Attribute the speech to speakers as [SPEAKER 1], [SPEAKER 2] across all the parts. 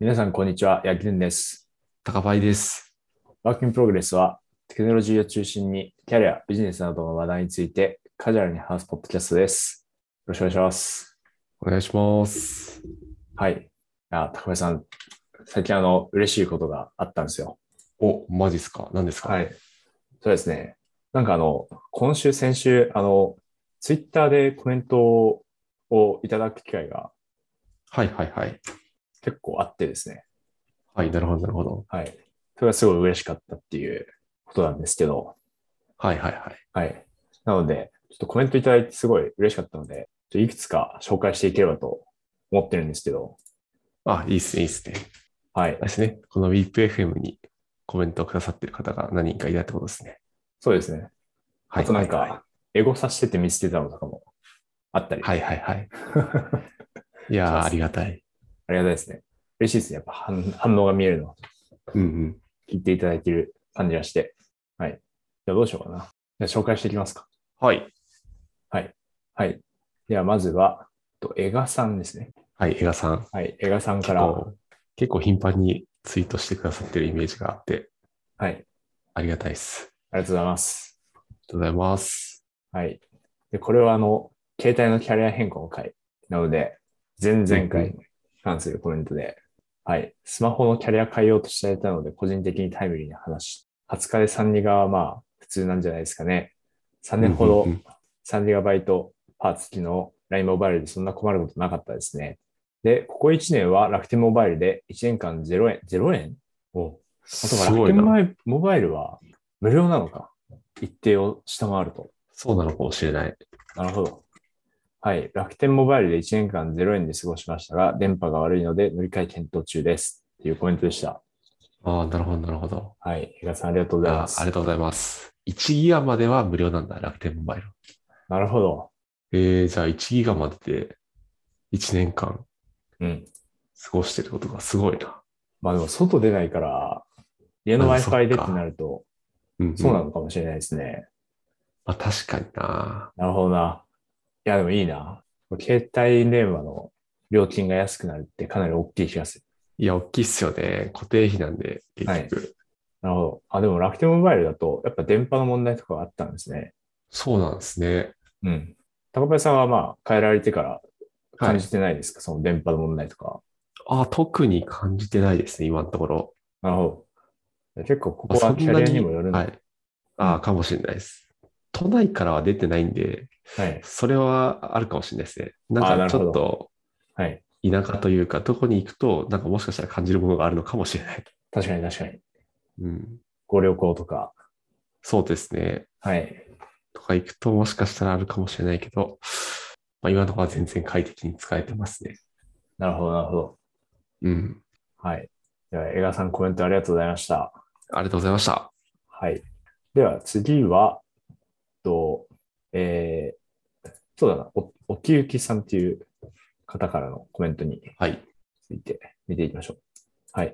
[SPEAKER 1] 皆さん、こんにちは。ヤギルンです。
[SPEAKER 2] 高パイです。
[SPEAKER 1] ワークインプログレスは、テクノロジーを中心に、キャリア、ビジネスなどの話題について、カジュアルに話すポッドキャストです。よろしくお願いします。
[SPEAKER 2] お願いします。
[SPEAKER 1] はい。あ、高橋さん、最近、あの、嬉しいことがあったんですよ。
[SPEAKER 2] お、マジっすか何ですか
[SPEAKER 1] はい。そうですね。なんか、あの、今週、先週、あの、ツイッターでコメントをいただく機会が
[SPEAKER 2] はいはいはい。
[SPEAKER 1] 結構あってですね。
[SPEAKER 2] はい、なるほどなるほど。
[SPEAKER 1] はい。それがすごい嬉しかったっていうことなんですけど、
[SPEAKER 2] はいはいはい。
[SPEAKER 1] はい。なので、ちょっとコメントいただいてすごい嬉しかったので、ちょっといくつか紹介していければと思ってるんですけど、
[SPEAKER 2] あ、いいっすね、いいっすね。
[SPEAKER 1] はい。
[SPEAKER 2] ですね。この WeepFM にコメントをくださってる方が何人かいたってことですね。
[SPEAKER 1] そうですね。
[SPEAKER 2] は
[SPEAKER 1] あ
[SPEAKER 2] い。
[SPEAKER 1] となん
[SPEAKER 2] はいは
[SPEAKER 1] か、エゴさしてて見つけたのとかもあった り、
[SPEAKER 2] いはいはい。いやー、ありがたい。
[SPEAKER 1] ありがたいですね。嬉しいですね。やっぱ反反応が見えるの、
[SPEAKER 2] うんうん。
[SPEAKER 1] 聞いていただいてる感じがして。はい。じゃあどうしようかな。じゃあ紹介していきますか。
[SPEAKER 2] はい。
[SPEAKER 1] はい。ではまずは、とエガさんですね。
[SPEAKER 2] はい、江賀さん。
[SPEAKER 1] はい。エガさんか
[SPEAKER 2] 結
[SPEAKER 1] ら、
[SPEAKER 2] 構、結構頻繁にツイートしてくださってるイメージがあって、
[SPEAKER 1] はい。
[SPEAKER 2] ありがたいっす。
[SPEAKER 1] ありがとうございます。
[SPEAKER 2] ありがとうございます。
[SPEAKER 1] はい。で、これはあの、携帯のキャリア変更の回なので、前々回に関するコメントで、はい。スマホのキャリア変えようとしていたので、個人的にタイムリーな話。20日で3ギガはまあ、普通なんじゃないですかね。3年ほど
[SPEAKER 2] うんうんうん
[SPEAKER 1] 3ギガバイトパーツ付きの LINE モバイルでそんな困ることなかったですね。で、ここ1年は楽天モバイルで1年間0円、0円おあと
[SPEAKER 2] す
[SPEAKER 1] は楽
[SPEAKER 2] ごい
[SPEAKER 1] 天
[SPEAKER 2] な。
[SPEAKER 1] モバイルは無料なのか。一定を下回ると。
[SPEAKER 2] そうなのかもしれない。
[SPEAKER 1] なるほど。はい。楽天モバイルで1年間0円で過ごしましたが、電波が悪いので乗り換え検討中です。っていうコメントでした。
[SPEAKER 2] ああ、なるほど、なるほど。
[SPEAKER 1] はい。江川さん、ありがとうござい
[SPEAKER 2] あ
[SPEAKER 1] ます。
[SPEAKER 2] ありがとうございます。1ギガまでは無料なんだ、楽天モバイル。
[SPEAKER 1] なるほど。
[SPEAKER 2] えー、じゃあ1ギガまでで1年間
[SPEAKER 1] うん。
[SPEAKER 2] 過ごしてることがすごいな。
[SPEAKER 1] まあでも、外出ないから、家の
[SPEAKER 2] あそっか
[SPEAKER 1] Wi-Fi でってなると、
[SPEAKER 2] うん、うん
[SPEAKER 1] そうなのかもしれないですね。
[SPEAKER 2] まあ確かにな。
[SPEAKER 1] なるほどな。いや、でもいいな。携帯電話の料金が安くなるってかなり大きい気がする。
[SPEAKER 2] いや、大きいっすよね。固定費なんで、結局。
[SPEAKER 1] なるほど。あ、でも楽天モバイルだと、やっぱ電波の問題とかがあったんですね。
[SPEAKER 2] そうなんですね。
[SPEAKER 1] うん。高林さんはまあ変えられてから
[SPEAKER 2] は
[SPEAKER 1] 感
[SPEAKER 2] い
[SPEAKER 1] じてないですか、その電波の問題とか。
[SPEAKER 2] ああ、特に感じてないですね、今のところ。
[SPEAKER 1] なるほど。結構ここ
[SPEAKER 2] まあ
[SPEAKER 1] は
[SPEAKER 2] そん
[SPEAKER 1] キャ
[SPEAKER 2] な
[SPEAKER 1] リアにもよるんだ。
[SPEAKER 2] は。
[SPEAKER 1] はい
[SPEAKER 2] ああ、かもしれないです。都内からは出てないんで、
[SPEAKER 1] い。
[SPEAKER 2] それはあるかもしれないですね。
[SPEAKER 1] ああな
[SPEAKER 2] な
[SPEAKER 1] ん
[SPEAKER 2] か
[SPEAKER 1] る
[SPEAKER 2] ち
[SPEAKER 1] ほど
[SPEAKER 2] ょっと
[SPEAKER 1] はい。
[SPEAKER 2] 田舎というか、どこに行くと、なんかもしかしたら感じるものがあるのかもしれない。
[SPEAKER 1] 確かに確かに。
[SPEAKER 2] うん、
[SPEAKER 1] ご旅行とか。
[SPEAKER 2] そうですね。
[SPEAKER 1] はい。
[SPEAKER 2] とか行くともしかしたらあるかもしれないけど、まあ、今のところは全然快適に使えてますね。
[SPEAKER 1] なるほど、なるほど。
[SPEAKER 2] うん。
[SPEAKER 1] はい。では、江川さんコメントありがとうございました。
[SPEAKER 2] ありがとうございました。
[SPEAKER 1] はい。では、次は、と、えー、そうだな、お、おきゆきさんっていう方からのコメントに
[SPEAKER 2] はい。
[SPEAKER 1] ついて見ていきましょう。
[SPEAKER 2] はい。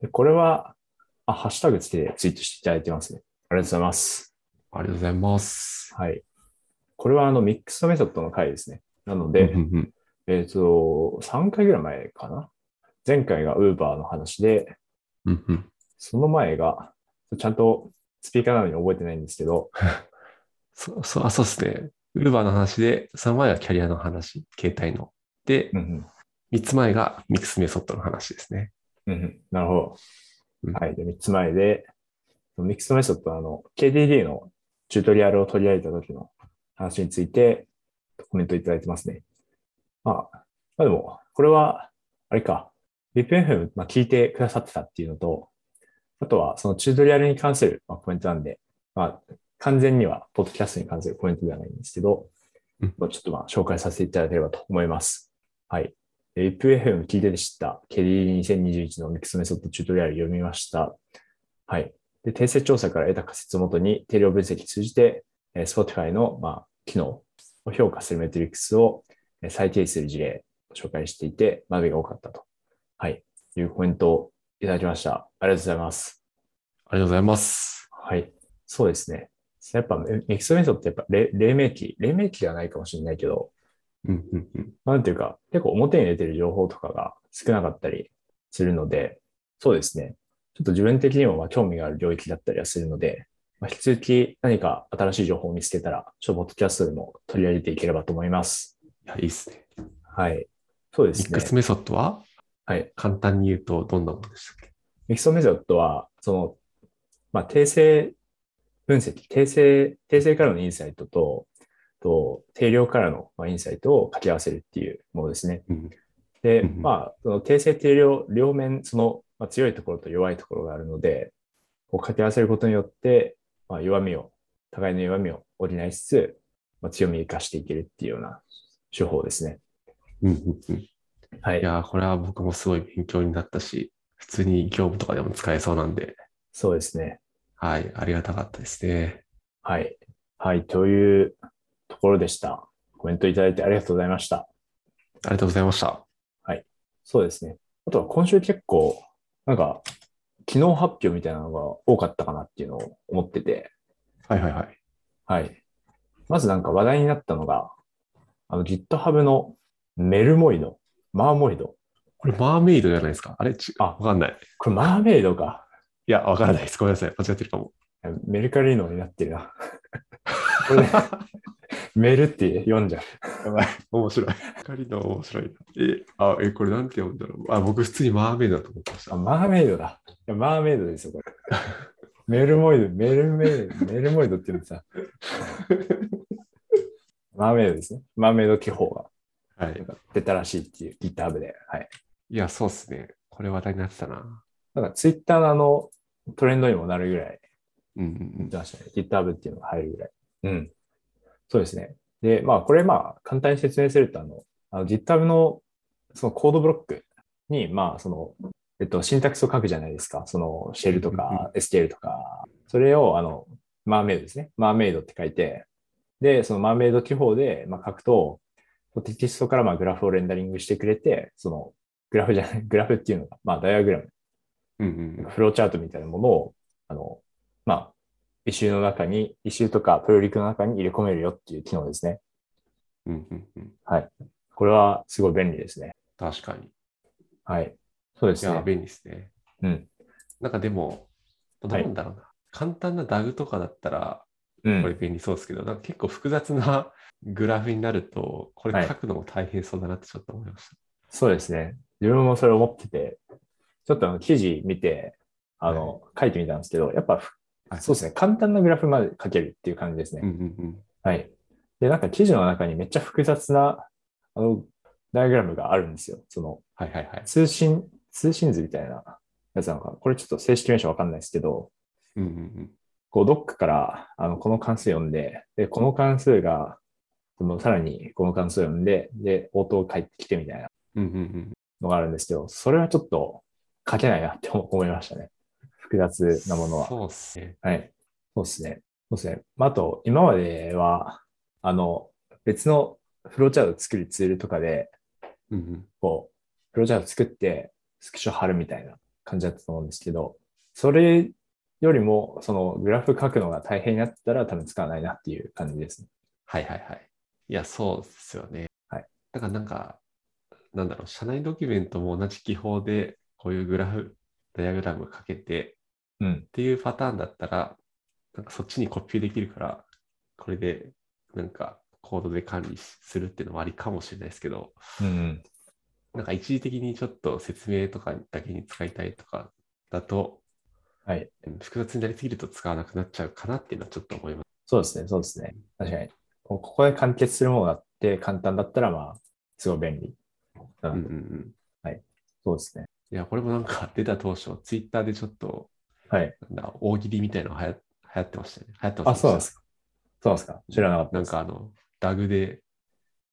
[SPEAKER 1] でこれは、あ、ハッシュタグつけてツイートしていただいてますね。ありがとうございます。
[SPEAKER 2] ありがとうございます。
[SPEAKER 1] はい。これはあの、ミックスのメソッドの回ですね。なの
[SPEAKER 2] うんう
[SPEAKER 1] で、
[SPEAKER 2] んうん
[SPEAKER 1] えっと、3回ぐらい前かな。前回が Uber の話で、
[SPEAKER 2] うんうん
[SPEAKER 1] その前が、ちゃんとスピーカーなのに覚えてないんですけど、
[SPEAKER 2] そそう、あ、そうですね。ウーバーの話で、その前はキャリアの話、携帯の。で
[SPEAKER 1] う、ん
[SPEAKER 2] 3つ前がミックスメソッドの話ですね。
[SPEAKER 1] うん、うんうん、なるほ
[SPEAKER 2] うん
[SPEAKER 1] ど。はい。で、3つ前で、ミックスのメソッドはあの、KDD のチュートリアルを取り上げた時の話についてコメントいただいてますね。まあ、まあでも、これは、あれか、VPFM、まあ、聞いてくださってたっていうのと、あとはそのチュートリアルに関する、まあ、コメントなんで、まあ、完全にはポッドキャストに関するコメントではないんですけど、
[SPEAKER 2] うん
[SPEAKER 1] まあちょっとまあ紹介させていただければと思います。はい。VPFM 聞いてて知った、KD2021 のミックスメソッドチュートリアル読みました。はい。で、訂正調査から得た仮説をもとに定量分析を通じて、えー Spotify の、まあ、機能を評価するメトリックスをえー再定義する事例を紹介していて、学びが多かったと。はい。いうコメントをいただきました。ありがとうございます。
[SPEAKER 2] ありがとうございます。
[SPEAKER 1] はい。そうですね。やっぱ、ミミキソメソってやっぱ、れ黎明期、黎明期ではないかもしれないけど、
[SPEAKER 2] うんうんうん
[SPEAKER 1] なんていうか、結構表に出てる情報とかが少なかったり、するので、そうですね。ちょっと自分的にもまあ興味がある領域だったりはするので、まあ、引き続き何か新しい情報を見つけたら、ちょっとポッドキャストでも取り上げていければと思います。
[SPEAKER 2] いや、いいですね。
[SPEAKER 1] はい。そうで
[SPEAKER 2] ミ
[SPEAKER 1] す
[SPEAKER 2] ッ
[SPEAKER 1] ね
[SPEAKER 2] ク。スメソッドは
[SPEAKER 1] はい。
[SPEAKER 2] 簡単に言うとどんなものでしたっけ
[SPEAKER 1] ミキソメソッドは、その、まあ、定性分析、定性、定性からのインサイトと、と定量からのまあインサイトを掛け合わせるっていうものですね。
[SPEAKER 2] うん。
[SPEAKER 1] で、
[SPEAKER 2] うんうん
[SPEAKER 1] まあ、その定性、定量、両面、その、まあ、強いところと弱いところがあるので、こう掛け合わせることによって、まあ、弱みを、互いの弱みを補いつつ、まあ、強みを生かしていけるっていうような手法ですね。
[SPEAKER 2] うんうんうん。い
[SPEAKER 1] はい。
[SPEAKER 2] やー、これは僕もすごい勉強になったし、普通に業務とかでも使えそうなんで、
[SPEAKER 1] そうですね。
[SPEAKER 2] はい、ありがたかったですね。
[SPEAKER 1] はい。はい。というところでした。コメントいただいてありがとうございました。
[SPEAKER 2] ありがとうございました。
[SPEAKER 1] そうですね。あとは今週結構、なんか、機能発表みたいなのが多かったかなっていうのを思ってて、
[SPEAKER 2] はいはいはい。
[SPEAKER 1] はい。まずなんか話題になったのが、あの GitHub のメルモイド、マーモイド。
[SPEAKER 2] これ、マーメイドじゃないですかあれち
[SPEAKER 1] あ
[SPEAKER 2] わかんない。
[SPEAKER 1] これマーメイドか。
[SPEAKER 2] いや、わからないです。ごめんなさい。間違ってるかも。
[SPEAKER 1] メルカリーノになってるな。これねメルって読んじゃう。
[SPEAKER 2] やばい。面白い。光の面白いな。え、あ、え、これなんて読むんだろう。あ、僕、普通にマーメイドだと思ってました
[SPEAKER 1] あ、。マーメイドだ。いや、マーメイドですよ、これ。メルモイド、メルメイド、メルモイドっていうのさ。マーメイドですね。マーメイド気泡が
[SPEAKER 2] はい。
[SPEAKER 1] 出たらしいっていう GitHub で。はい。
[SPEAKER 2] いや、そうですね。これ話題になってたな。
[SPEAKER 1] なんか Twitter のあのトレンドにもなるぐらい
[SPEAKER 2] うんうん
[SPEAKER 1] 出ましたね。GitHub っていうのが入るぐらい。うん。そうですね。で、まあ、これ、まあ、簡単に説明すると、あの、あの GitHub のそのコードブロックに、まあ、その、えっと、シンタクスを書くじゃないですか。その、シェルと
[SPEAKER 2] うんうん
[SPEAKER 1] か、SQL とか、それを、あの、マーメイドですね。マーメイドって書いて、で、そのマーメイド記法で、まあ、書くと、テキストからまあグラフをレンダリングしてくれて、その、グラフじゃない、グラフっていうのが、まあ、ダイアグラム
[SPEAKER 2] うん。うん
[SPEAKER 1] なんかフローチャートみたいなものを、あの、まあ、イシューの中に、イシューとかプロリクの中に入れ込めるよっていう機能ですね。
[SPEAKER 2] うん。うんうんうん。
[SPEAKER 1] これはすごい便利ですね。
[SPEAKER 2] 確かに。
[SPEAKER 1] はい。そうで
[SPEAKER 2] い
[SPEAKER 1] す
[SPEAKER 2] や、
[SPEAKER 1] ね。
[SPEAKER 2] 便利ですね。
[SPEAKER 1] うん。
[SPEAKER 2] なんかでも、どう
[SPEAKER 1] はい
[SPEAKER 2] なんだろうな。簡単なダグとかだったら、
[SPEAKER 1] う
[SPEAKER 2] これ
[SPEAKER 1] ん。
[SPEAKER 2] 便利そうですけど、なんか結構複雑な グラフになると、こ
[SPEAKER 1] は
[SPEAKER 2] れ
[SPEAKER 1] い
[SPEAKER 2] 書くのも大変そうだなってちょっと思いました。
[SPEAKER 1] そうですね。自分もそれ思ってて、ちょっとあの記事見て、あの、書いてみたんですけど、やっぱ、
[SPEAKER 2] はい
[SPEAKER 1] そうですね。簡単なグラフまで書けるっていう感じですね。
[SPEAKER 2] うんうん
[SPEAKER 1] はい。で、なんか記事の中にめっちゃ複雑な、あの、ダイアグラムがあるんですよ。その、
[SPEAKER 2] はいはいはい。
[SPEAKER 1] 通信、通信図みたいなやつなのかな。これちょっと正式名称わかんないですけど、
[SPEAKER 2] うんうん
[SPEAKER 1] こう、ドックから、あの、この関数読んで、で、この関数が、その、さらにこの関数読んで、で、応答返ってきてみたいな
[SPEAKER 2] うん。うんうんうん。
[SPEAKER 1] のがあるんですけど、それはちょっと書けないなって思思いましたね。複雑なものは。
[SPEAKER 2] そうですね。
[SPEAKER 1] はい。そうですね。そうですね。まあ、あと、今までは、あの、別のフローチャートを作るツールとかで、
[SPEAKER 2] うんうん。
[SPEAKER 1] こう、フローチャート作って、スクショ貼るみたいな感じだったと思うんですけど、それよりも、そのグラフ書くのが大変になったら多分使わないなっていう感じですね。
[SPEAKER 2] はいはいはい。いや、そうですよね。
[SPEAKER 1] はい。
[SPEAKER 2] だからなんか、なんだろう、社内ドキュメントも同じ技法で、こういうグラフ、ダイアグラムかけて
[SPEAKER 1] うん
[SPEAKER 2] っ。ていうパターンだったら、なんかそっちにコピーできるから、これで、なんか、コードで管理しするっていうのもありかもしれないですけど、
[SPEAKER 1] うんうん。
[SPEAKER 2] なんか一時的にちょっと説明とかだけに使いたいとかだと、
[SPEAKER 1] はい
[SPEAKER 2] うん。複雑になりすぎると使わなくなっちゃうかなっていうのはちょっと思います。
[SPEAKER 1] そうですね。そうですね。確かに。こうここで完結するものがあって、簡単だったら、まあ、すごい便利。う
[SPEAKER 2] うんうん
[SPEAKER 1] ん。
[SPEAKER 2] うん。
[SPEAKER 1] そうですね。
[SPEAKER 2] いや、これもなんか出た当初、ツイッターでちょっと、
[SPEAKER 1] はい。
[SPEAKER 2] なんだ、大喜利みたいなのはや流行ってましたよね。流行ってま
[SPEAKER 1] あ、
[SPEAKER 2] せ
[SPEAKER 1] そうなん
[SPEAKER 2] で
[SPEAKER 1] です
[SPEAKER 2] し
[SPEAKER 1] か。そうなんですか。知らなかった
[SPEAKER 2] た。なんかあの、ダグで、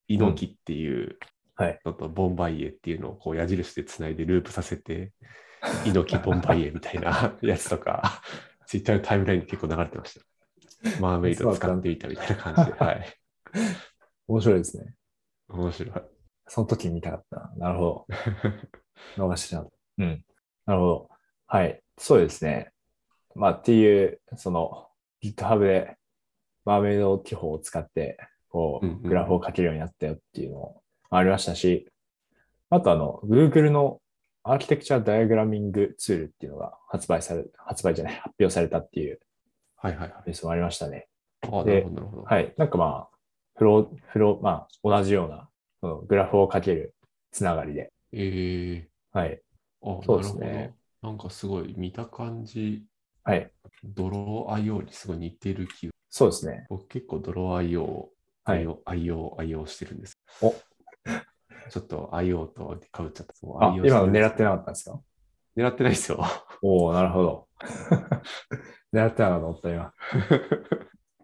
[SPEAKER 2] 猪木っていう
[SPEAKER 1] はい
[SPEAKER 2] のとボンバイエっていうのをこう矢印でつないでループさ せて、猪木ボンバイエみたいな やつとか、ツイッターのタイムラインに結構流れてました。マーメイド使ってみたみたいな感じで、はい。
[SPEAKER 1] 面白いですね。
[SPEAKER 2] 面白い。
[SPEAKER 1] その時に見たかったな。なるほど。逃してしまった。うん。なるほど。はい。そうですね。まあ、っていう、その GitHub でマーメイド記法を使って、こ
[SPEAKER 2] うんうん
[SPEAKER 1] う、グラフを書けるようになったよっていうのもありましたし、あとあの、Google の、あアーキテクチャダイアグラミングツールっていうのが発売され、発売じゃない、発表されたっていう
[SPEAKER 2] はいはいはい。
[SPEAKER 1] ニュースもありましたね。
[SPEAKER 2] ああ、な
[SPEAKER 1] で
[SPEAKER 2] るほど、なるほど。
[SPEAKER 1] はい。なんかまあ、フロー、フロー、まあ、同じような、そのグラフをかけるつながりで。
[SPEAKER 2] え
[SPEAKER 1] はい。
[SPEAKER 2] えあ、
[SPEAKER 1] そうで
[SPEAKER 2] なる
[SPEAKER 1] す
[SPEAKER 2] ほ
[SPEAKER 1] ね
[SPEAKER 2] ど。なんかすごい見た感じ、
[SPEAKER 1] はい。
[SPEAKER 2] ドロー IO にすごい似てる気が。
[SPEAKER 1] そうですね。
[SPEAKER 2] 僕結構ドロー IO を
[SPEAKER 1] はい
[SPEAKER 2] 愛。用、愛用、愛用してるんです。
[SPEAKER 1] お
[SPEAKER 2] ちょっと IO とかぶっちゃった。もう
[SPEAKER 1] あ、
[SPEAKER 2] IO
[SPEAKER 1] 今の狙
[SPEAKER 2] し
[SPEAKER 1] ってなかったんですか
[SPEAKER 2] てる狙ってない ですよ。
[SPEAKER 1] おおなるほ ど。狙ってたなと思った今。入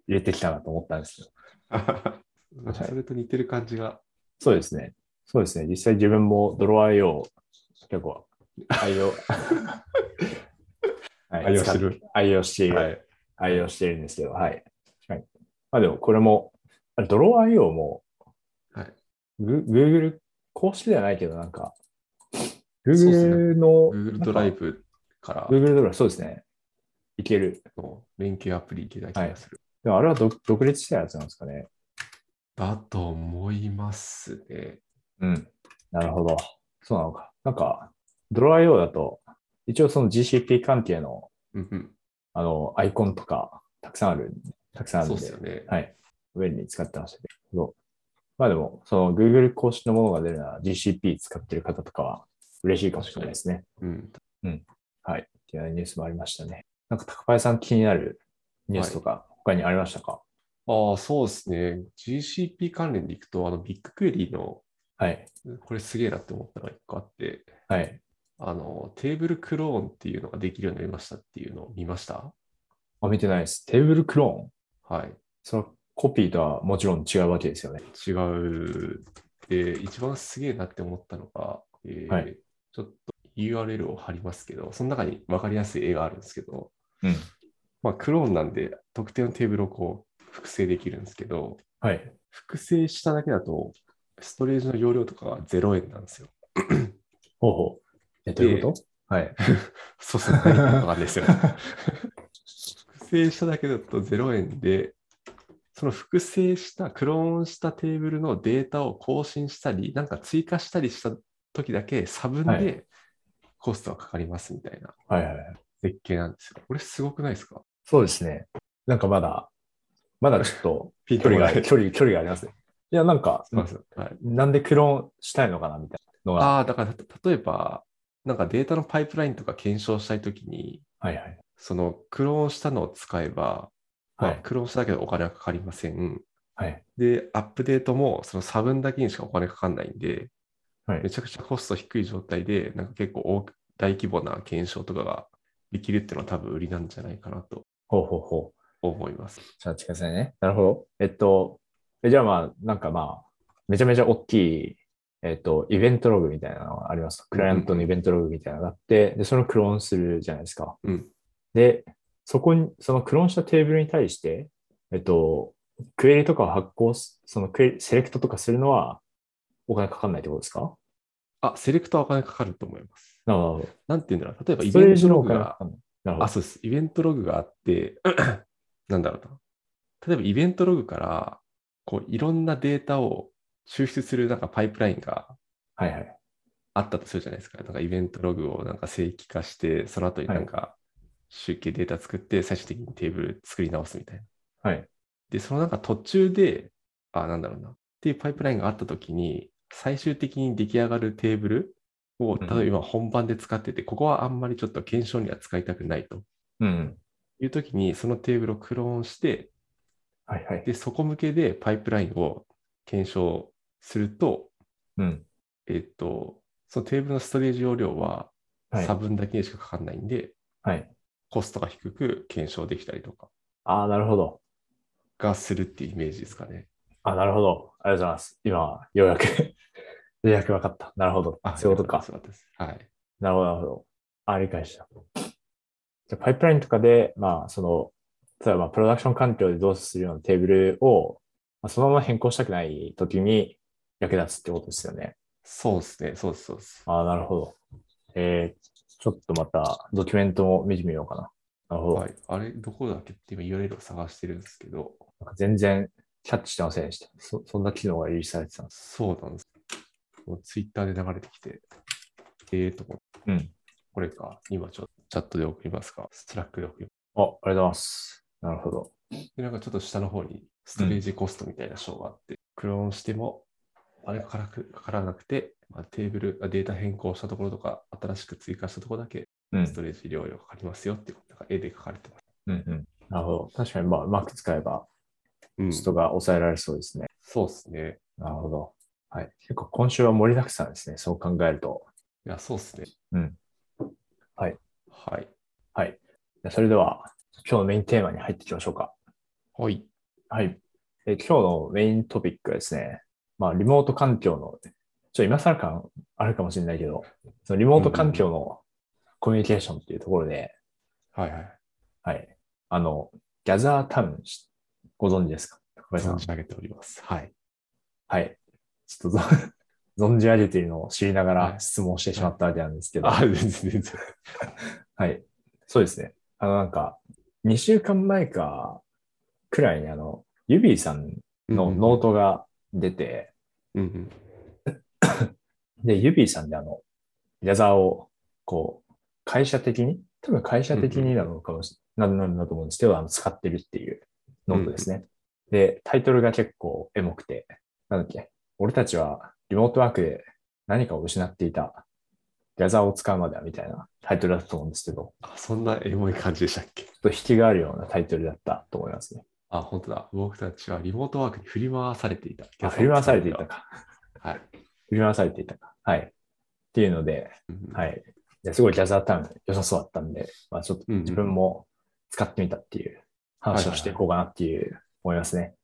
[SPEAKER 1] れてきたなと思ったんですけど。
[SPEAKER 2] それと似てる感じが。
[SPEAKER 1] そうですね。そうですね。実際自分もドロー IO を結構愛 用。はい
[SPEAKER 2] 愛用してる。
[SPEAKER 1] 愛用している、
[SPEAKER 2] はい。
[SPEAKER 1] 愛用しているんですけど、はい。はい、まあでもこれも、あれドロー IO も、
[SPEAKER 2] はい
[SPEAKER 1] グ Google 公式ではないけど、なんか、
[SPEAKER 2] そうですね
[SPEAKER 1] Google の、
[SPEAKER 2] Google ドライブから
[SPEAKER 1] なんか Google ドライブ、そうですね。いける。
[SPEAKER 2] の連携アプリいけた気がする。
[SPEAKER 1] でもあれは独独立したやつなんですかね。
[SPEAKER 2] だと思いますね。
[SPEAKER 1] うん。なるほど。そうなのか。なんか、ドロー IO だと、一応その GCP 関係の、
[SPEAKER 2] うんうん
[SPEAKER 1] あの、アイコンとか、たくさんある、たくさんあるん
[SPEAKER 2] そう
[SPEAKER 1] で。
[SPEAKER 2] ですよね。
[SPEAKER 1] はい。便利に使ってましたけど。まあでも、その Google 公式のものが出るなら GCP 使ってる方とかは嬉しいかもしれないですね。
[SPEAKER 2] うん。
[SPEAKER 1] はい。っていうニュースもありましたね。なんか、高林さん気になるニュースとか、他にありましたか
[SPEAKER 2] ああ、そうですね。GCP 関連でいくと、あの、ビッグクエリーの、
[SPEAKER 1] はい。
[SPEAKER 2] これすげえなって思ったのが一個あって、
[SPEAKER 1] はい。
[SPEAKER 2] あの、テーブルクローンっていうのができるようになりましたっていうのを見ました
[SPEAKER 1] あ、見てないです。テーブルクローン。
[SPEAKER 2] はい。
[SPEAKER 1] そのコピーとはもちろん違うわけですよね。
[SPEAKER 2] 違う。で、一番すげえなって思ったのが、えー
[SPEAKER 1] はい
[SPEAKER 2] ちょっと URL を貼りますけど、その中に分かりやすい絵があるんですけど、
[SPEAKER 1] うん
[SPEAKER 2] まあ、クローンなんで、特定のテーブルをこう複製できるんですけど、
[SPEAKER 1] はい。
[SPEAKER 2] 複製しただけだと、ストレージの容量とかが0円なんですよ。
[SPEAKER 1] ほうほう。え、どういうことはい。
[SPEAKER 2] そうそう、何言ってるかわかんないですよ。複製しただけだと0円で、その複製した、クローンしたテーブルのデータを更新したり、なんか追加したりした時だけ、差分
[SPEAKER 1] は
[SPEAKER 2] でコストがかかりますみたいな
[SPEAKER 1] はいはいはい。
[SPEAKER 2] 設計なんですよ。これすごくないですか
[SPEAKER 1] そうですね。なんかまだ、まだちょっと
[SPEAKER 2] ピ
[SPEAKER 1] 距離が、
[SPEAKER 2] す
[SPEAKER 1] 距離、距離がありますね。いや、なんか、
[SPEAKER 2] いませんはい
[SPEAKER 1] なんでクローンしたいのかなみたいなのが。
[SPEAKER 2] ああ、だからた例えば、なんかデータのパイプラインとか検証したいときに、
[SPEAKER 1] はいはい。
[SPEAKER 2] そのクローンしたのを使えば、ま
[SPEAKER 1] は
[SPEAKER 2] あ
[SPEAKER 1] い。
[SPEAKER 2] クローンしただけでお金はかかりません。
[SPEAKER 1] はい。
[SPEAKER 2] で、アップデートもその差分だけにしかお金かかんないんで、
[SPEAKER 1] はい
[SPEAKER 2] めちゃくちゃコスト低い状態で、なんか結構大大規模な検証とかができるっていうのは多分売りなんじゃないかなと
[SPEAKER 1] ほうほうほう。
[SPEAKER 2] 思います。
[SPEAKER 1] ちょっと待ってくださいね。なるほど。えっと、えじゃあまあ、なんかまあ、めちゃめちゃ大きい、えっと、イベントログみたいなのがあります。クライアントのイベントログみたいなのがあって、で、そのクローンするじゃないですか。
[SPEAKER 2] うん
[SPEAKER 1] で、そこに、そのクローンしたテーブルに対して、えっと、クエリとかを発行す、そのクエリ、セレクトとかするのは、お金かかんないってことですか
[SPEAKER 2] あ、セレクトはお金かかると思います。
[SPEAKER 1] なるほど。
[SPEAKER 2] なんていうんだろう。例えばイ
[SPEAKER 1] ストレ
[SPEAKER 2] ベ
[SPEAKER 1] ー
[SPEAKER 2] ント
[SPEAKER 1] ジの
[SPEAKER 2] ロ
[SPEAKER 1] お
[SPEAKER 2] グ
[SPEAKER 1] 金か
[SPEAKER 2] が、
[SPEAKER 1] かんない。なるほ
[SPEAKER 2] あ、
[SPEAKER 1] ど。
[SPEAKER 2] そうです。イベントログがあって、 なんだろうな。例えばイベントログから、こういろんなデータを抽出するなんかパイプラインが
[SPEAKER 1] はいはい。
[SPEAKER 2] あったとするじゃないですか。なんかイベントログをなんか正規化して、その後になんか集計データ作って、最終的にテーブル作り直すみたいな。
[SPEAKER 1] はい。
[SPEAKER 2] で、そのなんか途中で、あ、なんだろうな。っていうパイプラインがあったときに、最終的に出来上がるテーブルを、
[SPEAKER 1] うん
[SPEAKER 2] 例えば今本番で使ってて、ここはあんまりちょっと検証には使いたくないと
[SPEAKER 1] うん。
[SPEAKER 2] いうときに、そのテーブルをクローンして、
[SPEAKER 1] はいはい。
[SPEAKER 2] で、そこ向けでパイプラインを検証すると、
[SPEAKER 1] うん。
[SPEAKER 2] えっと、そのテーブルのストレージ容量は
[SPEAKER 1] はい
[SPEAKER 2] 差分だけにしかかかんないんで、
[SPEAKER 1] はい。
[SPEAKER 2] コストが低く検証できたりとか
[SPEAKER 1] ああ、なるほど。
[SPEAKER 2] がするっていうイメージですかね。
[SPEAKER 1] あ、なるほど。ありがとうございます。今、ようやく、 ようやく分かった。なるほど。そういうことか。
[SPEAKER 2] そうです。はい。
[SPEAKER 1] なるほど、なるほど。あ、理解した。じゃあパイプラインとかで、まあ、その、例えば、プロダクション環境で動作するようなテーブルを、まあ、そのまま変更したくないときに役立つってことですよね。
[SPEAKER 2] そうですね。そうです。そうです。
[SPEAKER 1] ああ、なるほど。えー、ちょっとまた、ドキュメントも見てみようかな。なるほど。
[SPEAKER 2] はい、あれ、どこだっけって今 URL を探してるんですけど、
[SPEAKER 1] なんか全然キャッチしてませんでした。そそんな機能がリリースされてたんです。
[SPEAKER 2] そうなんです。もう Twitter で流れてきて、ええと思って
[SPEAKER 1] うん。
[SPEAKER 2] これか。今ちょっとチャットで送りますか。スラックで送りま
[SPEAKER 1] あ、ありがとうございます。なるほど。
[SPEAKER 2] す。で、なんかちょっと下の方にストレージコストみたいな章があって、クローンしても、あれかからくかからなくて、まあ、テーブル、あデータ変更したところとか、新しく追加したところだけ
[SPEAKER 1] うん
[SPEAKER 2] ス。トレージ容量かかりますよっていうことが絵で書かれてます。
[SPEAKER 1] うんうん。なるほど。確かに、まあ、うまく使えば、
[SPEAKER 2] うん、
[SPEAKER 1] 人が抑えられそうですね。
[SPEAKER 2] そうですね。
[SPEAKER 1] なるほど。はい。結構今週は盛りだくさんですね。そう考えると。
[SPEAKER 2] いや、そうですね。
[SPEAKER 1] うん。はい。
[SPEAKER 2] はい。
[SPEAKER 1] はい。じゃあそれでは、今日のメインテーマに入っていきましょうか。
[SPEAKER 2] はい。
[SPEAKER 1] はい。え今日のメイントピックはですね、まあ、リモート環境の、ちょ、今更感あるかもしれないけど、そのリモート環境のコミュニケーションっていうところで、
[SPEAKER 2] はいはい。
[SPEAKER 1] はい。あの、ギャザータウンし、ご存知ですか高橋さ
[SPEAKER 2] 存
[SPEAKER 1] ん。
[SPEAKER 2] じ上げておりま す。はい。
[SPEAKER 1] はい。ちょっとぞ存じ上げているのを知りなが
[SPEAKER 2] は
[SPEAKER 1] ら
[SPEAKER 2] い
[SPEAKER 1] 質問してしまったわけなんですけど、
[SPEAKER 2] あ、全然全然。
[SPEAKER 1] はい。そうですね。あの、なんか、2週間前か、くらいにあの、ユビーさんのノートが出て、
[SPEAKER 2] うんうん。
[SPEAKER 1] で、ユビーさんであの、ギャザーを、こう、会社的に、多分会社的になのかもし、なんなんだと思うんですけど、あの使ってるっていうノートですね。で、タイトルが結構エモくて、なんだっけ、俺たちはリモートワークで何かを失っていた、ギャザーを使うまではみたいなタイトルだったと思うんですけど、
[SPEAKER 2] あ、そんなエモい感じでしたっけ
[SPEAKER 1] ちょっと引きがあるようなタイトルだったと思いますね。
[SPEAKER 2] あ、本当だ。僕たちはリモートワークに振り回されていた。
[SPEAKER 1] あ振り回されていた。か。
[SPEAKER 2] はい。。
[SPEAKER 1] 振り回されていたか。はい。っていうので、はいい。ですごいギャザータウン良さそうだったんで、まあ、ちょっと
[SPEAKER 2] うんうん
[SPEAKER 1] 自分も使ってみたっていう話をしていこうかなっていう思いますね。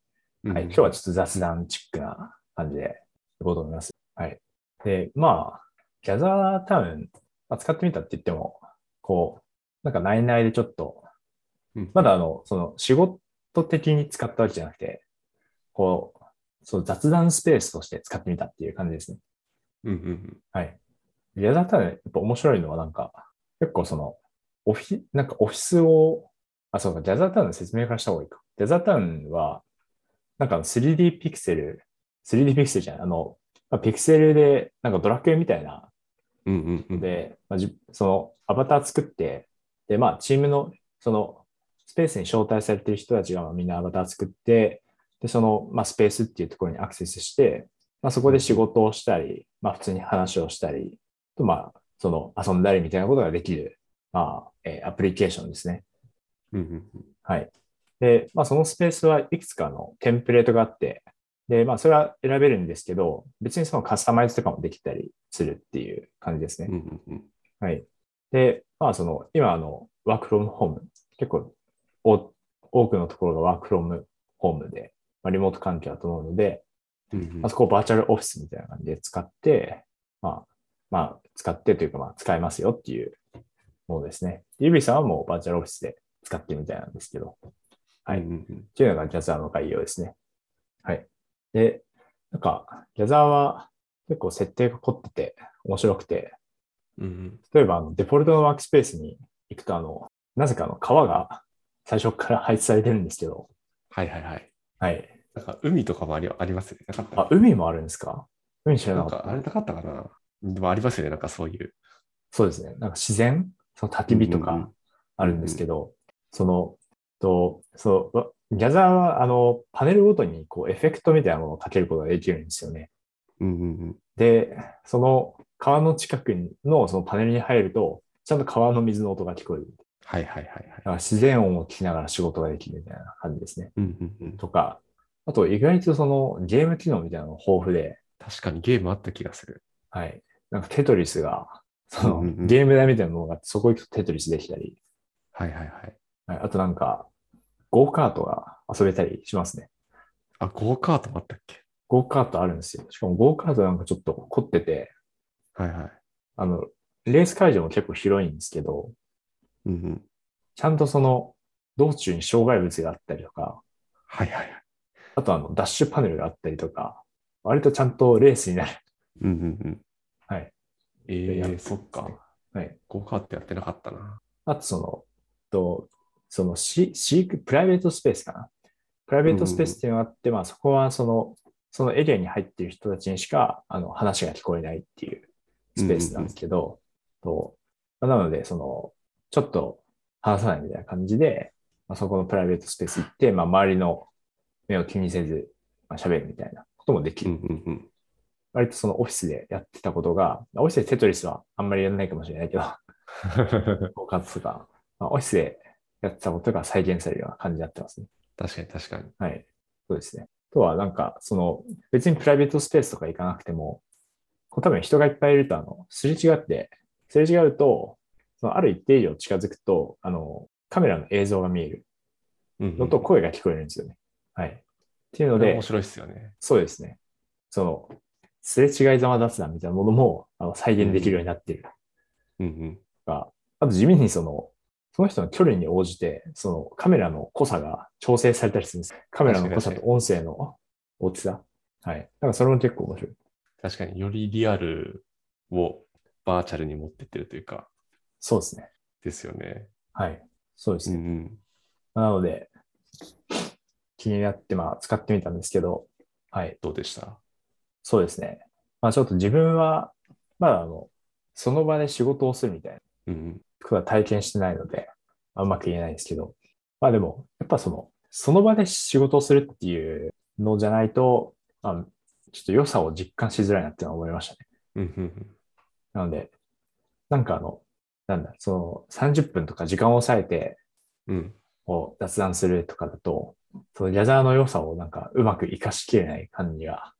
[SPEAKER 2] うん
[SPEAKER 1] はい。今日はちょっと雑談チックな感じでいこうと思います。はい。で、まあ、ギャザータウン、まあ、使ってみたって言っても、こう、なんか内々でちょっと、
[SPEAKER 2] うん
[SPEAKER 1] まだあの、その仕事的に使ったわけじゃなくて、こう、そう雑談スペースとして使ってみたっていう感じですね。
[SPEAKER 2] うんうんうん。
[SPEAKER 1] はい。いや、だったら、やっぱ面白いのはなんか、結構その、オフィ、なんかオフィスを、あ、そうか、ジャザータウンの説明からした方がいいか。ジャザータウンは、なんか 3D ピクセル、3D ピクセルじゃない、あの、まあピクセルで、なんかドラクエみたいな、
[SPEAKER 2] うんうんうん。
[SPEAKER 1] で、まあ、じその、アバター作って、で、まあ、チームの、その、スペースに招待されてる人たちが、まあ、みんなアバター作って、で、その、まあ、スペースっていうところにアクセスして、まあ、そこで仕事をしたり、まあ、普通に話をしたり、と、まあ、その、遊んだりみたいなことができる、まあ、えーアプリケーションですね。
[SPEAKER 2] うんうんうん。
[SPEAKER 1] はい。で、まあ、そのスペースはいくつかのテンプレートがあって、で、まあ、それは選べるんですけど、別にそのカスタマイズとかもできたりするっていう感じですね
[SPEAKER 2] う。んうんうん。
[SPEAKER 1] はい。で、まあ、その、今、あの、ワークフロムホーム、結構お、多くのところがワークフロムホームで、まあ、リモート環境だと思うので、
[SPEAKER 2] うんうん
[SPEAKER 1] まあそこをバーチャルオフィスみたいな感じで使って、まあ、まあ、使ってというか、まあ、使えますよっていうものですね。ゆびさんはもうバーチャルオフィスで使ってるみたいなんですけど、はい
[SPEAKER 2] うんうん
[SPEAKER 1] っていうのがギャザーの概要ですね。はい。で、なんか、ギャザーは結構設定が凝ってて面白くて、
[SPEAKER 2] うんうん
[SPEAKER 1] 例えばあのデフォルトのワークスペースに行くと、あの、なぜかあの川が最初から配置されてるんですけど、
[SPEAKER 2] はいはいはい。
[SPEAKER 1] はい。
[SPEAKER 2] なんか海とかもありありますよね。なかった
[SPEAKER 1] あ、海もあるんですか海知らな
[SPEAKER 2] な
[SPEAKER 1] んかっ
[SPEAKER 2] か
[SPEAKER 1] た。
[SPEAKER 2] あれなかったかなでもありますよね。なんかそういう。
[SPEAKER 1] そうですね。なんか自然、その焚き火と
[SPEAKER 2] うんうんう
[SPEAKER 1] か
[SPEAKER 2] ん
[SPEAKER 1] あるんですけど、その、と、そうわ、ギャザーはあの、パネルごとにこうエフェクトみたいなものをかけることができるんですよね。
[SPEAKER 2] うんうんうん。
[SPEAKER 1] で、その川の近くのそのパネルに入ると、ちゃんと川の水の音が聞こえる。
[SPEAKER 2] はいはいはいはい
[SPEAKER 1] だ。から自然音を聞きながら仕事ができるみたいな感じですね。
[SPEAKER 2] うんうんうん。
[SPEAKER 1] とか、あと意外とそのゲーム機能みたいなのが豊富で、
[SPEAKER 2] 確かにゲームあった気がする。
[SPEAKER 1] はい。なんかテトリスが、その
[SPEAKER 2] うんうんうん
[SPEAKER 1] ゲーム台みたいなものがあってそこ行くとテトリスできたり、
[SPEAKER 2] はいはいはい。
[SPEAKER 1] はい、あとなんか、ゴーカートが遊べたりしますね。
[SPEAKER 2] あ、ゴーカートもあったっけ
[SPEAKER 1] ゴーカートあるんですよ。しかもゴーカートなんかちょっと凝ってて、
[SPEAKER 2] はいはい。
[SPEAKER 1] あの、レース会場も結構広いんですけど、
[SPEAKER 2] うんうん。
[SPEAKER 1] ちゃんとその道中に障害物があったりとか、
[SPEAKER 2] はいはいはい。
[SPEAKER 1] あとあのダッシュパネルがあったりとか、割とちゃんとレースになる。
[SPEAKER 2] うんうんうん。
[SPEAKER 1] はい。
[SPEAKER 2] え
[SPEAKER 1] や
[SPEAKER 2] え
[SPEAKER 1] る
[SPEAKER 2] そっか。
[SPEAKER 1] はい。
[SPEAKER 2] ゴーカートやってなかったな。
[SPEAKER 1] あとその、とそのシ飼育、プライベートスペースかな。プライベートスペースっていうのがあって、まあそこはその、そのエリアに入っている人たちにしかあの話が聞こえないっていうスペースなんですけど、と、なので、その、ちょっと話さないみたいな感じで、まあ、そこのプライベートスペース行って、まあ、周りの目を気にせず、まあ、喋るみたいなこともでき
[SPEAKER 2] う
[SPEAKER 1] る。
[SPEAKER 2] んうんうん。
[SPEAKER 1] 割とそのオフィスでやってたことが、オフィスでテトリスはあんまりやらないかもしれないけど、部活とか、まあ、オフィスでやってたことが再現されるような感じになってますね。
[SPEAKER 2] 確かに確かに。
[SPEAKER 1] はい。そうですね。あとは、なんか、その、別にプライベートスペースとか行かなくても、こう多分人がいっぱいいると、あの、すれ違って、すれ違うと、そのある一定以上近づくと、あの、カメラの映像が見える
[SPEAKER 2] うんうん
[SPEAKER 1] のと声が聞こえるんですよね。はい。っていうの
[SPEAKER 2] これ
[SPEAKER 1] で
[SPEAKER 2] 面、白いですよね。
[SPEAKER 1] そうですね。その、すれ違いざま雑談みたいなものも、あの、再現できるようになっている。
[SPEAKER 2] うんうん。
[SPEAKER 1] が、あと地味にその、その人の距離に応じて、そのカメラの濃さが調整されたりするんです。カメラの濃さと音声の大きさ。はい。なんかそれも結構面白い。
[SPEAKER 2] 確かによりリアルをバーチャルに持ってってるというか、
[SPEAKER 1] そうですね。
[SPEAKER 2] ですよね。
[SPEAKER 1] はい。そうです
[SPEAKER 2] うんう
[SPEAKER 1] ね。
[SPEAKER 2] ん。
[SPEAKER 1] なので、気になって、まあ、使ってみたんですけど、はい。
[SPEAKER 2] どうでした
[SPEAKER 1] そうですね。まあ、ちょっと自分は、まだあの、その場で仕事をするみたいな
[SPEAKER 2] うん
[SPEAKER 1] 僕は体験してないので、あうまく言えないんですけど、まあでも、やっぱその、その場で仕事をするっていうのじゃないと、あちょっと良さを実感しづらいなっていうのは思いましたね。
[SPEAKER 2] うん。うんうん
[SPEAKER 1] なので、なんかあの、なんだ、その30分とか時間を抑えて
[SPEAKER 2] うん。うん。
[SPEAKER 1] こう雑談するとかだと、そのギャザーの良さをなんかうまく活かしきれない感じが、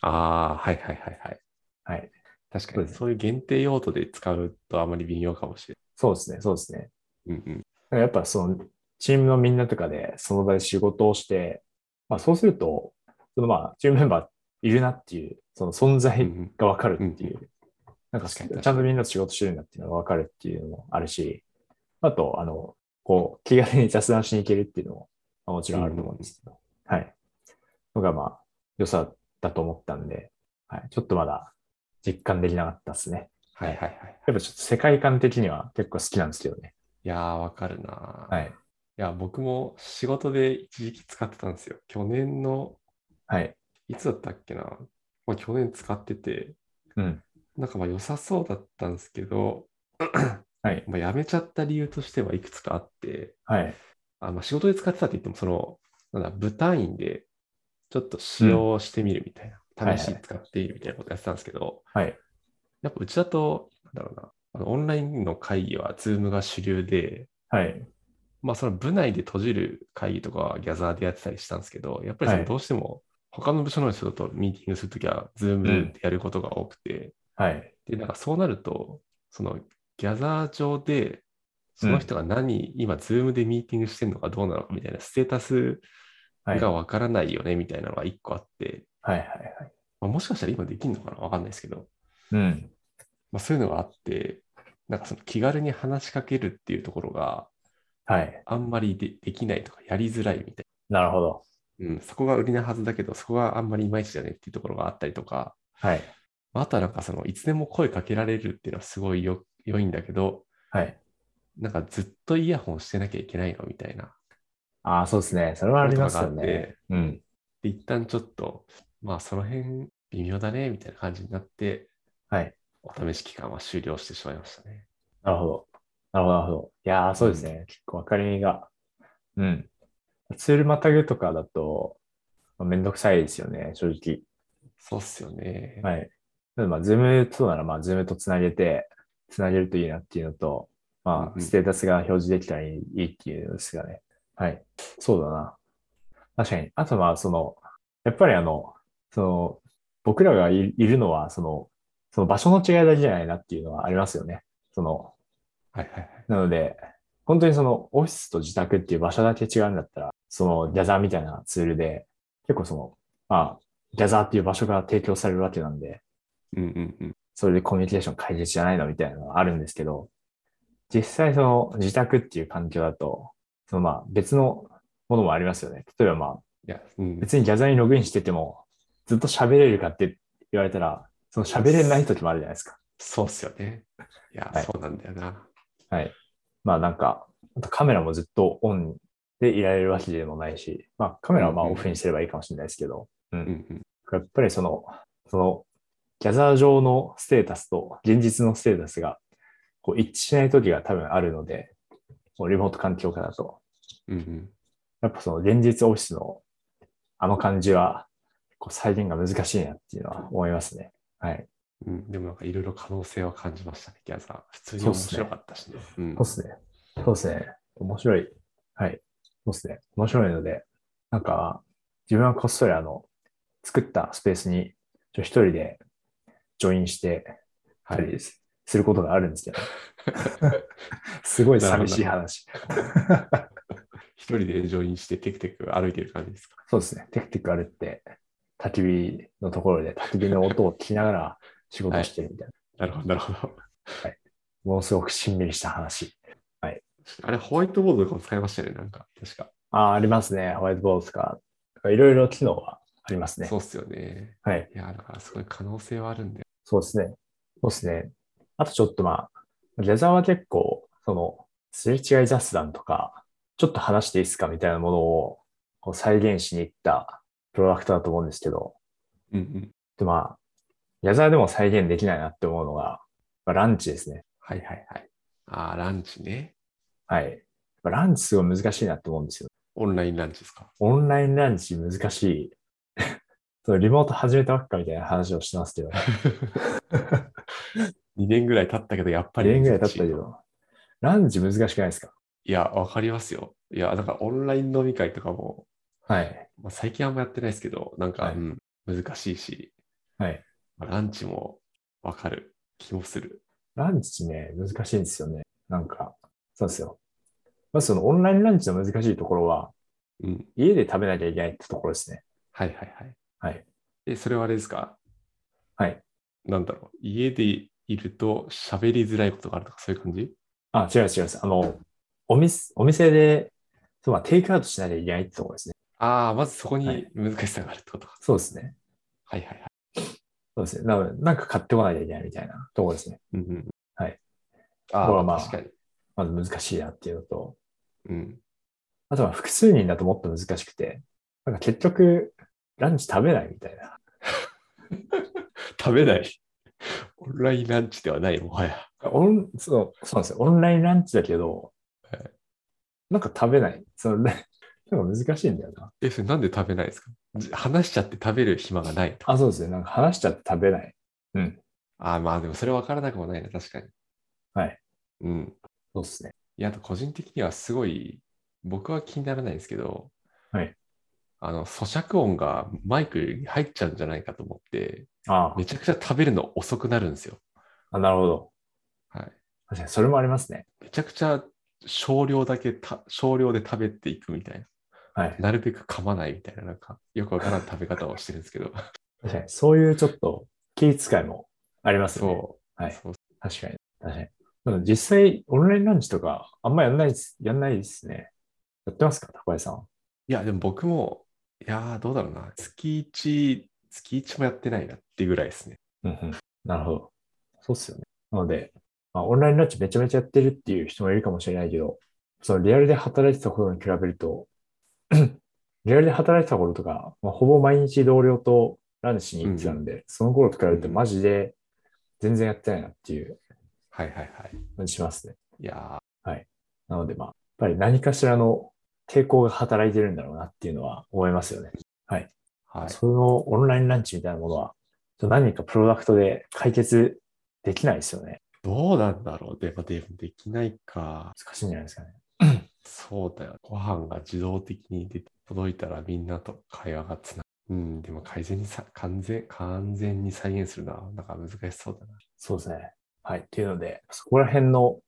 [SPEAKER 2] ああ、はいはいはいはい。
[SPEAKER 1] はい。
[SPEAKER 2] 確
[SPEAKER 1] そ
[SPEAKER 2] か
[SPEAKER 1] う
[SPEAKER 2] に、
[SPEAKER 1] です
[SPEAKER 2] そういう限定用途で使うとあまり微妙かもしれ
[SPEAKER 1] そうですね、そうですね。
[SPEAKER 2] ない。うんうん。
[SPEAKER 1] なんかやっぱそのチームのみんなとかでその場で仕事をして、まあ、そうすると、そのまあチームメンバーいるなっていう、その存在
[SPEAKER 2] うんうん
[SPEAKER 1] がわかるっていう、なんか
[SPEAKER 2] 確かに確かに
[SPEAKER 1] ちゃんとみんなと仕事してるんだっていうのがわかるっていうのもあるし、あと、あの、こう、気軽に雑談しに行けるっていうのも、まあもちろんあると思うんですけど、はい。のがまあ、良さだと思ったんで、はい。ちょっとまだ実感できなかったですね。
[SPEAKER 2] はいはいはい。
[SPEAKER 1] やっぱちょっと世界観的には結構好きなんですけどね。
[SPEAKER 2] いやー、わかるなー、、
[SPEAKER 1] はいい。
[SPEAKER 2] や、僕も仕事で一時期使ってたんですよ。去年の、
[SPEAKER 1] はい。
[SPEAKER 2] いつだったっけな。まあ、去年使ってて、
[SPEAKER 1] うん。
[SPEAKER 2] なんかまあ良さそうだったんですけど、
[SPEAKER 1] はい。
[SPEAKER 2] まあ、辞めちゃった理由としてはいくつかあって、
[SPEAKER 1] はい。
[SPEAKER 2] あまあ、仕事で使ってたって言っても、その、なんだ、部単位でちょっと使用してみるみたい
[SPEAKER 1] う
[SPEAKER 2] な、
[SPEAKER 1] ん
[SPEAKER 2] 試しに使ってみるみたいなことやってたんですけど、
[SPEAKER 1] はい。
[SPEAKER 2] やっぱうちだと、なんだろうな、あのオンラインの会議は Zoom が主流で、
[SPEAKER 1] はい。
[SPEAKER 2] まあその部内で閉じる会議とかはギャザーでやってたりしたんですけど、やっぱりそ
[SPEAKER 1] は
[SPEAKER 2] の
[SPEAKER 1] い
[SPEAKER 2] どうしても他の部署の人とミーティングするときは Zoom でやることが多くて、
[SPEAKER 1] はい。
[SPEAKER 2] で、なんかそうなると、そのギャザー上で、その人が何、今 Zoom でミーティングしてるのかどうなのかみたいなステータス
[SPEAKER 1] はい。
[SPEAKER 2] が
[SPEAKER 1] はい。
[SPEAKER 2] わからないよねみたいなのが一個あって、
[SPEAKER 1] はい。はい。
[SPEAKER 2] まあ、もしかしたら今できるのかなわかんないですけど、
[SPEAKER 1] うん。
[SPEAKER 2] まあ、そういうのがあって、なんかその気軽に話しかけるっていうところが
[SPEAKER 1] はい。
[SPEAKER 2] あんまりでできないとかやりづらいみたい
[SPEAKER 1] なるほど。
[SPEAKER 2] な、うん、そこが売りなはずだけど、そこがあんまりいまいちだねっていうところがあったりとか、
[SPEAKER 1] はい。
[SPEAKER 2] まああとはなんかそのいつでも声かけられるっていうのはすごいよ良いんだけど、
[SPEAKER 1] はい。
[SPEAKER 2] なんかずっとイヤホンしてなきゃいけないのみたいな
[SPEAKER 1] ああ、そうですね。それはありますよね。うん。
[SPEAKER 2] で、一旦ちょっと、まあその辺微妙だねみたいな感じになって、
[SPEAKER 1] はい。
[SPEAKER 2] お試し期間は終了してしまいましたね。
[SPEAKER 1] なるほど。なるほど。なるほど。いやー、そうですね。結構分かりみが。うん。ツールまたぐとかだと、まあ、めんどくさいですよね、正直。
[SPEAKER 2] そうっすよね。
[SPEAKER 1] はい。なのでまあ、ズームとなら、まあ、ズームとつなげて、つなげるといいなっていうのと、
[SPEAKER 2] うん
[SPEAKER 1] ま
[SPEAKER 2] う
[SPEAKER 1] あ、
[SPEAKER 2] ん
[SPEAKER 1] ステータスが表示できたらいいいいっていうのですがね。はい。そうだな。確かに。あと、まあ、その、やっぱりあの、その、僕らがいいるのは、その、その場所の違いだけじゃないなっていうのはありますよね。その、
[SPEAKER 2] はいはいはい。
[SPEAKER 1] なので、本当にそのオフィスと自宅っていう場所だけ違うんだったら、そのギャザーみたいなツールで、結構その、まあ、ギャザーっていう場所が提供されるわけなんで、
[SPEAKER 2] うんうんうん。
[SPEAKER 1] それでコミュニケーション解決じゃないのみたいなのがあるんですけど、実際その自宅っていう環境だと、そのまあ別のものもありますよね。例えばまあ
[SPEAKER 2] いや、うん、
[SPEAKER 1] 別にギャザーにログインしててもずっと喋れるかって言われたら、その喋れない時もあるじゃないですか。
[SPEAKER 2] そうっすよね。いや、
[SPEAKER 1] はい
[SPEAKER 2] そうなんだよな。
[SPEAKER 1] はい。まあなんか、あとカメラもずっとオンでいられるわけでもないし、まあカメラはまあ
[SPEAKER 2] うんう
[SPEAKER 1] オ
[SPEAKER 2] ん
[SPEAKER 1] フにすればいいかもしれないですけど、う。
[SPEAKER 2] うんんうん。
[SPEAKER 1] やっぱりその、その、ギャザー上のステータスと現実のステータスがこう一致しない時が多分あるので、こうリモート環境下だと。
[SPEAKER 2] うんうん。
[SPEAKER 1] やっぱその現実オフィスのあの感じは、こう再現が難しいなっていうのは思いますね。はい。
[SPEAKER 2] うん、でもなんかいろいろ可能性は感じましたね、ギャザー。普通に
[SPEAKER 1] そうっ
[SPEAKER 2] 面
[SPEAKER 1] すね
[SPEAKER 2] 白かったしね。うん
[SPEAKER 1] そうっすね。そうっすね。面白い。はい。そうっすね。面白いので、なんか、自分はこっそりあの、作ったスペースに、ちょ一人でジョインして、
[SPEAKER 2] は
[SPEAKER 1] たり
[SPEAKER 2] い。
[SPEAKER 1] ですすることがあるんですけど。すごい寂しい話。
[SPEAKER 2] 一人でジョインしてテクテク歩いてる感じですか。
[SPEAKER 1] そうですね。テクテク歩って、焚き火のところで焚き火の音を聞きながら仕事してるみたいな。
[SPEAKER 2] なるほど、なるほど。
[SPEAKER 1] ものすごくしんみりした話。
[SPEAKER 2] あれ、ホワイトボードとかも使いましたよね、なんか。確か。
[SPEAKER 1] ああ、ありますね。ホワイトボードとか。いろいろ機能はありますね
[SPEAKER 2] そ。うっすよね。
[SPEAKER 1] はい。
[SPEAKER 2] いや、だからすごい可能性はあるんだよ。
[SPEAKER 1] そうですね。そうですね。あとちょっとまあ、レザーは結構、その、すれ違い雑談とか、ちょっと話していいですかみたいなものをこう再現しに行ったプロダクトだと思うんですけど、
[SPEAKER 2] うんうん。
[SPEAKER 1] で、まあ、矢沢でも再現できないなって思うのが、まあ、ランチですね。
[SPEAKER 2] はいはいはい。ああ、ランチね。
[SPEAKER 1] はい。まあランチすごい難しいなって思うんですよ。
[SPEAKER 2] オンラインランチですか。
[SPEAKER 1] オンラインランチ難しい。 そのリモート始めたばっかみたいな話をしてますけど、
[SPEAKER 2] 2年ぐらい経ったけど、やっぱ
[SPEAKER 1] 2
[SPEAKER 2] り
[SPEAKER 1] 年ぐらい経
[SPEAKER 2] 難
[SPEAKER 1] っ
[SPEAKER 2] した
[SPEAKER 1] けど、ランチ難しくないですか
[SPEAKER 2] いや、わかりますよ。いや、なんかオンライン飲み会とかも、
[SPEAKER 1] はい。
[SPEAKER 2] まあ、最近あんまやってないですけど、なんか、
[SPEAKER 1] はい
[SPEAKER 2] うん難しいし、
[SPEAKER 1] はい。
[SPEAKER 2] まあランチもわかる気もする。
[SPEAKER 1] ランチね、難しいんですよね。なんか、そうですよ。まずそのオンラインランチの難しいところは、
[SPEAKER 2] うん。
[SPEAKER 1] 家で食べなきゃいけないってところですね。
[SPEAKER 2] はいはいはい。
[SPEAKER 1] はい。
[SPEAKER 2] え、それはあれですか
[SPEAKER 1] はい。
[SPEAKER 2] なんだろう。家でいると喋りづらいことがあるとか、そういう感じ
[SPEAKER 1] あ、違う違うです。あの、お店、お店で、そうまあ、テイクアウトしなきゃいけないってところですね。
[SPEAKER 2] ああ、まずそこ
[SPEAKER 1] は
[SPEAKER 2] に
[SPEAKER 1] い
[SPEAKER 2] 難しさがあるってことか。
[SPEAKER 1] そうですね。
[SPEAKER 2] はいはいはい。
[SPEAKER 1] そうですね。なのでなんか買ってこなきゃいけないみたいなところですね。
[SPEAKER 2] うんうん。
[SPEAKER 1] はい。こ
[SPEAKER 2] あ
[SPEAKER 1] れ
[SPEAKER 2] ー
[SPEAKER 1] はま
[SPEAKER 2] ま
[SPEAKER 1] あ
[SPEAKER 2] あ、確かに。
[SPEAKER 1] まず難しいなっていうのと、
[SPEAKER 2] うん。
[SPEAKER 1] あとは複数人だともっと難しくて、なんか結局、ランチ食べないみたいな。
[SPEAKER 2] 食べない。オンラインランチではない、もはや。
[SPEAKER 1] オンそうそうなんですよ。オンラインランチだけど
[SPEAKER 2] はい、
[SPEAKER 1] なんか食べない。そのねなんか難しいんだよな。
[SPEAKER 2] え、それなんで食べないですかじ話しちゃって食べる暇がないとか。
[SPEAKER 1] あ、そうですね。なんか話しちゃって食べない。
[SPEAKER 2] ああ、まあでもそれ分からなくもないな、確かに。
[SPEAKER 1] はい。
[SPEAKER 2] うん。
[SPEAKER 1] そうですね。
[SPEAKER 2] いや、あと個人的にはすごい、僕は気にならないんですけど、
[SPEAKER 1] はい。
[SPEAKER 2] あの、咀嚼音がマイクに入っちゃうんじゃないかと思って、
[SPEAKER 1] あ
[SPEAKER 2] めちゃくちゃ食べるの遅くなるんですよ。
[SPEAKER 1] あ、なるほど。
[SPEAKER 2] はい。
[SPEAKER 1] 確かに、それもありますね。
[SPEAKER 2] めちゃくちゃ少量だけた、少量で食べていくみたいな。
[SPEAKER 1] はい。
[SPEAKER 2] なるべく噛まないみたいな、なんか、よくわからん食べ方をしてるんです けど。
[SPEAKER 1] 確かに、そういうちょっと気遣いもありますよね。
[SPEAKER 2] そう。
[SPEAKER 1] はい
[SPEAKER 2] そう
[SPEAKER 1] 確かに。確かに。でも実際、オンラインランチとか、あんまやんないです、やんないですね。やってますか高橋さん。
[SPEAKER 2] いや、でも僕も、いやー、どうだろうな。月1、月1もやってないなっていうぐらいですね。
[SPEAKER 1] うんうん。なるほど。そうっすよね。なので、まあ、オンラインランチめちゃめちゃやってるっていう人もいるかもしれないけど、そのリアルで働いてた頃に比べると、 リアルで働いてた頃とか、まあ、ほぼ毎日同僚とランチに行ってたんで、その頃と比べるとマジで全然やってないなっていう
[SPEAKER 2] はいはいはい。
[SPEAKER 1] 感じしますね。
[SPEAKER 2] いや
[SPEAKER 1] なので、まあ、やっぱり何かしらの抵抗が働いてるんだろうなっていうのは思いますよね。
[SPEAKER 2] ー、はい。
[SPEAKER 1] そのオンラインランチみたいなものは、ちょっと何かプロダクトで解決できないですよね。
[SPEAKER 2] どうなんだろう。でも、でもできないか。
[SPEAKER 1] 難しいんじゃないですかね。
[SPEAKER 2] そうだよ。ご飯が自動的に出て届いたらみんなと会話がつながる。うん、でも改善にさ、完全、完全に再現するのは、なんか難しそうだな。
[SPEAKER 1] そうですね。はい。っていうので、そこら辺の、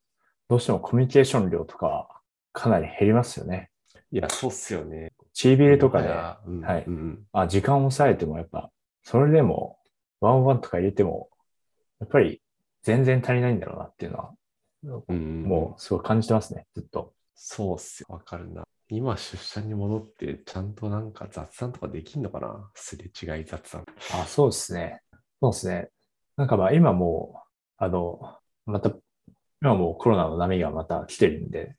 [SPEAKER 1] どうしてもコミュニケーション量とかはかなり減りますよね。
[SPEAKER 2] いや、そうっすよね。
[SPEAKER 1] チービルとかで、
[SPEAKER 2] うん、
[SPEAKER 1] はい
[SPEAKER 2] うん。
[SPEAKER 1] あ、時間を抑えてもやっぱ、それでも、ワンオンワンとか入れても、やっぱり全然足りないんだろうなっていうのは、
[SPEAKER 2] うん、
[SPEAKER 1] もうすごい感じてますね、ずっと。
[SPEAKER 2] そうっすよ。わかるな。今、出社に戻って、ちゃんとなんか雑談とかできんのかなすれ違い雑談。
[SPEAKER 1] あ、そうですね。そうですね。なんかまあ今もう、あの、また、今もうコロナの波がまた来てるんで、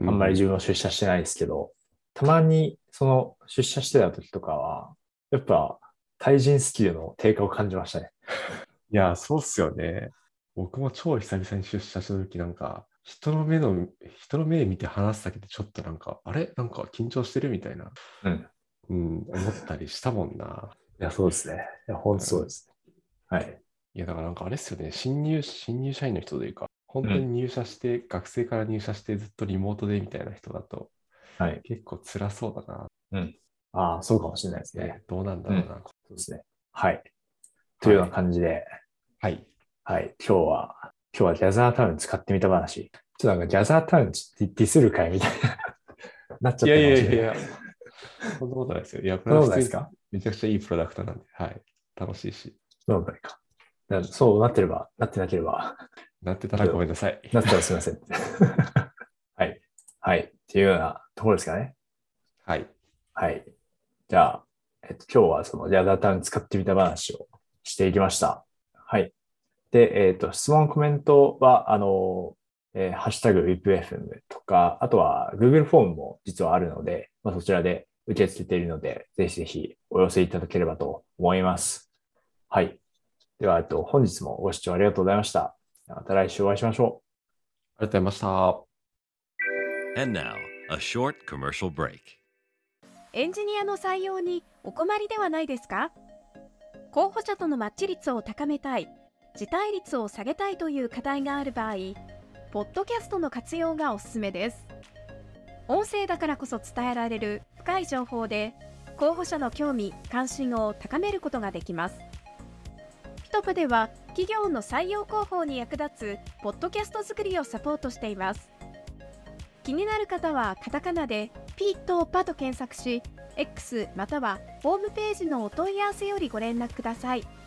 [SPEAKER 1] あんまり
[SPEAKER 2] う
[SPEAKER 1] 自分は出社してないですけど、たまにその出社してた時とかは、やっぱ対人スキルの低下を感じましたね。
[SPEAKER 2] いや、そうっすよね。僕も超久々に出社した時なんか、人の目の、人の目見て話すだけでちょっとなんか、あれなんか緊張してるみたいな、
[SPEAKER 1] うん、
[SPEAKER 2] うん、思ったりしたもんな。
[SPEAKER 1] いや、そうですね。いや、本当そうですね。はい。
[SPEAKER 2] いや、だからなんかあれですよね、新入、新入社員の人というか、本当に入社して、学生から入社してずっとリモートでみたいな人だと、
[SPEAKER 1] はい
[SPEAKER 2] 結構辛そうだな。
[SPEAKER 1] ああ、そうかもしれないですね。
[SPEAKER 2] ね、どうなんだろうな。こ
[SPEAKER 1] そうですね。はい。というような感じで、
[SPEAKER 2] はい。
[SPEAKER 1] はい。今日は、今日はギャザータウン使ってみた話。ちょっとなんかギャザータウンディディスる会みたいな、なっちゃったかもし
[SPEAKER 2] いやいや
[SPEAKER 1] れない
[SPEAKER 2] いや、そんなことないですよ。いや、こ
[SPEAKER 1] そ
[SPEAKER 2] れ
[SPEAKER 1] う
[SPEAKER 2] は
[SPEAKER 1] なんです
[SPEAKER 2] 普通に
[SPEAKER 1] か
[SPEAKER 2] めちゃくちゃいいプロダクトなんで、はい。楽しいし。
[SPEAKER 1] そうなんか。だからそうなってれば、なってなければ、
[SPEAKER 2] なってたらごめんなさい。
[SPEAKER 1] なったらすいません。 はい。はい。っていうようなところですかね。
[SPEAKER 2] はい。
[SPEAKER 1] はい。じゃあ、えっと、今日はそのギャザータウン使ってみた話をしていきました。はい。で、えっと、質問、コメントは、あの、えーハッシュタグ WIPFM とか、あとは Google フォームも実はあるので、まあ、そちらで受け付けているので、ぜひぜひお寄せいただければと思います。はい。では、えっと、本日もご視聴ありがとうございました。また来週お会いしましょう。
[SPEAKER 2] ありがとうございました。
[SPEAKER 3] And now, a short commercial break.
[SPEAKER 4] エンジニアの採用にお困りではないですか候補者とのマッチ率を高めたい、辞退率を下げたいという課題がある場合、ポッドキャストの活用がおすすめです。音声だからこそ伝えられる深い情報で、候補者の興味・関心を高めることができます。ピトプでは、企業の採用広報に役立つポッドキャスト作りをサポートしています。気になる方はカタカナで「ピーとパ」と検索し X またはホームページのお問い合わせよりご連絡ください。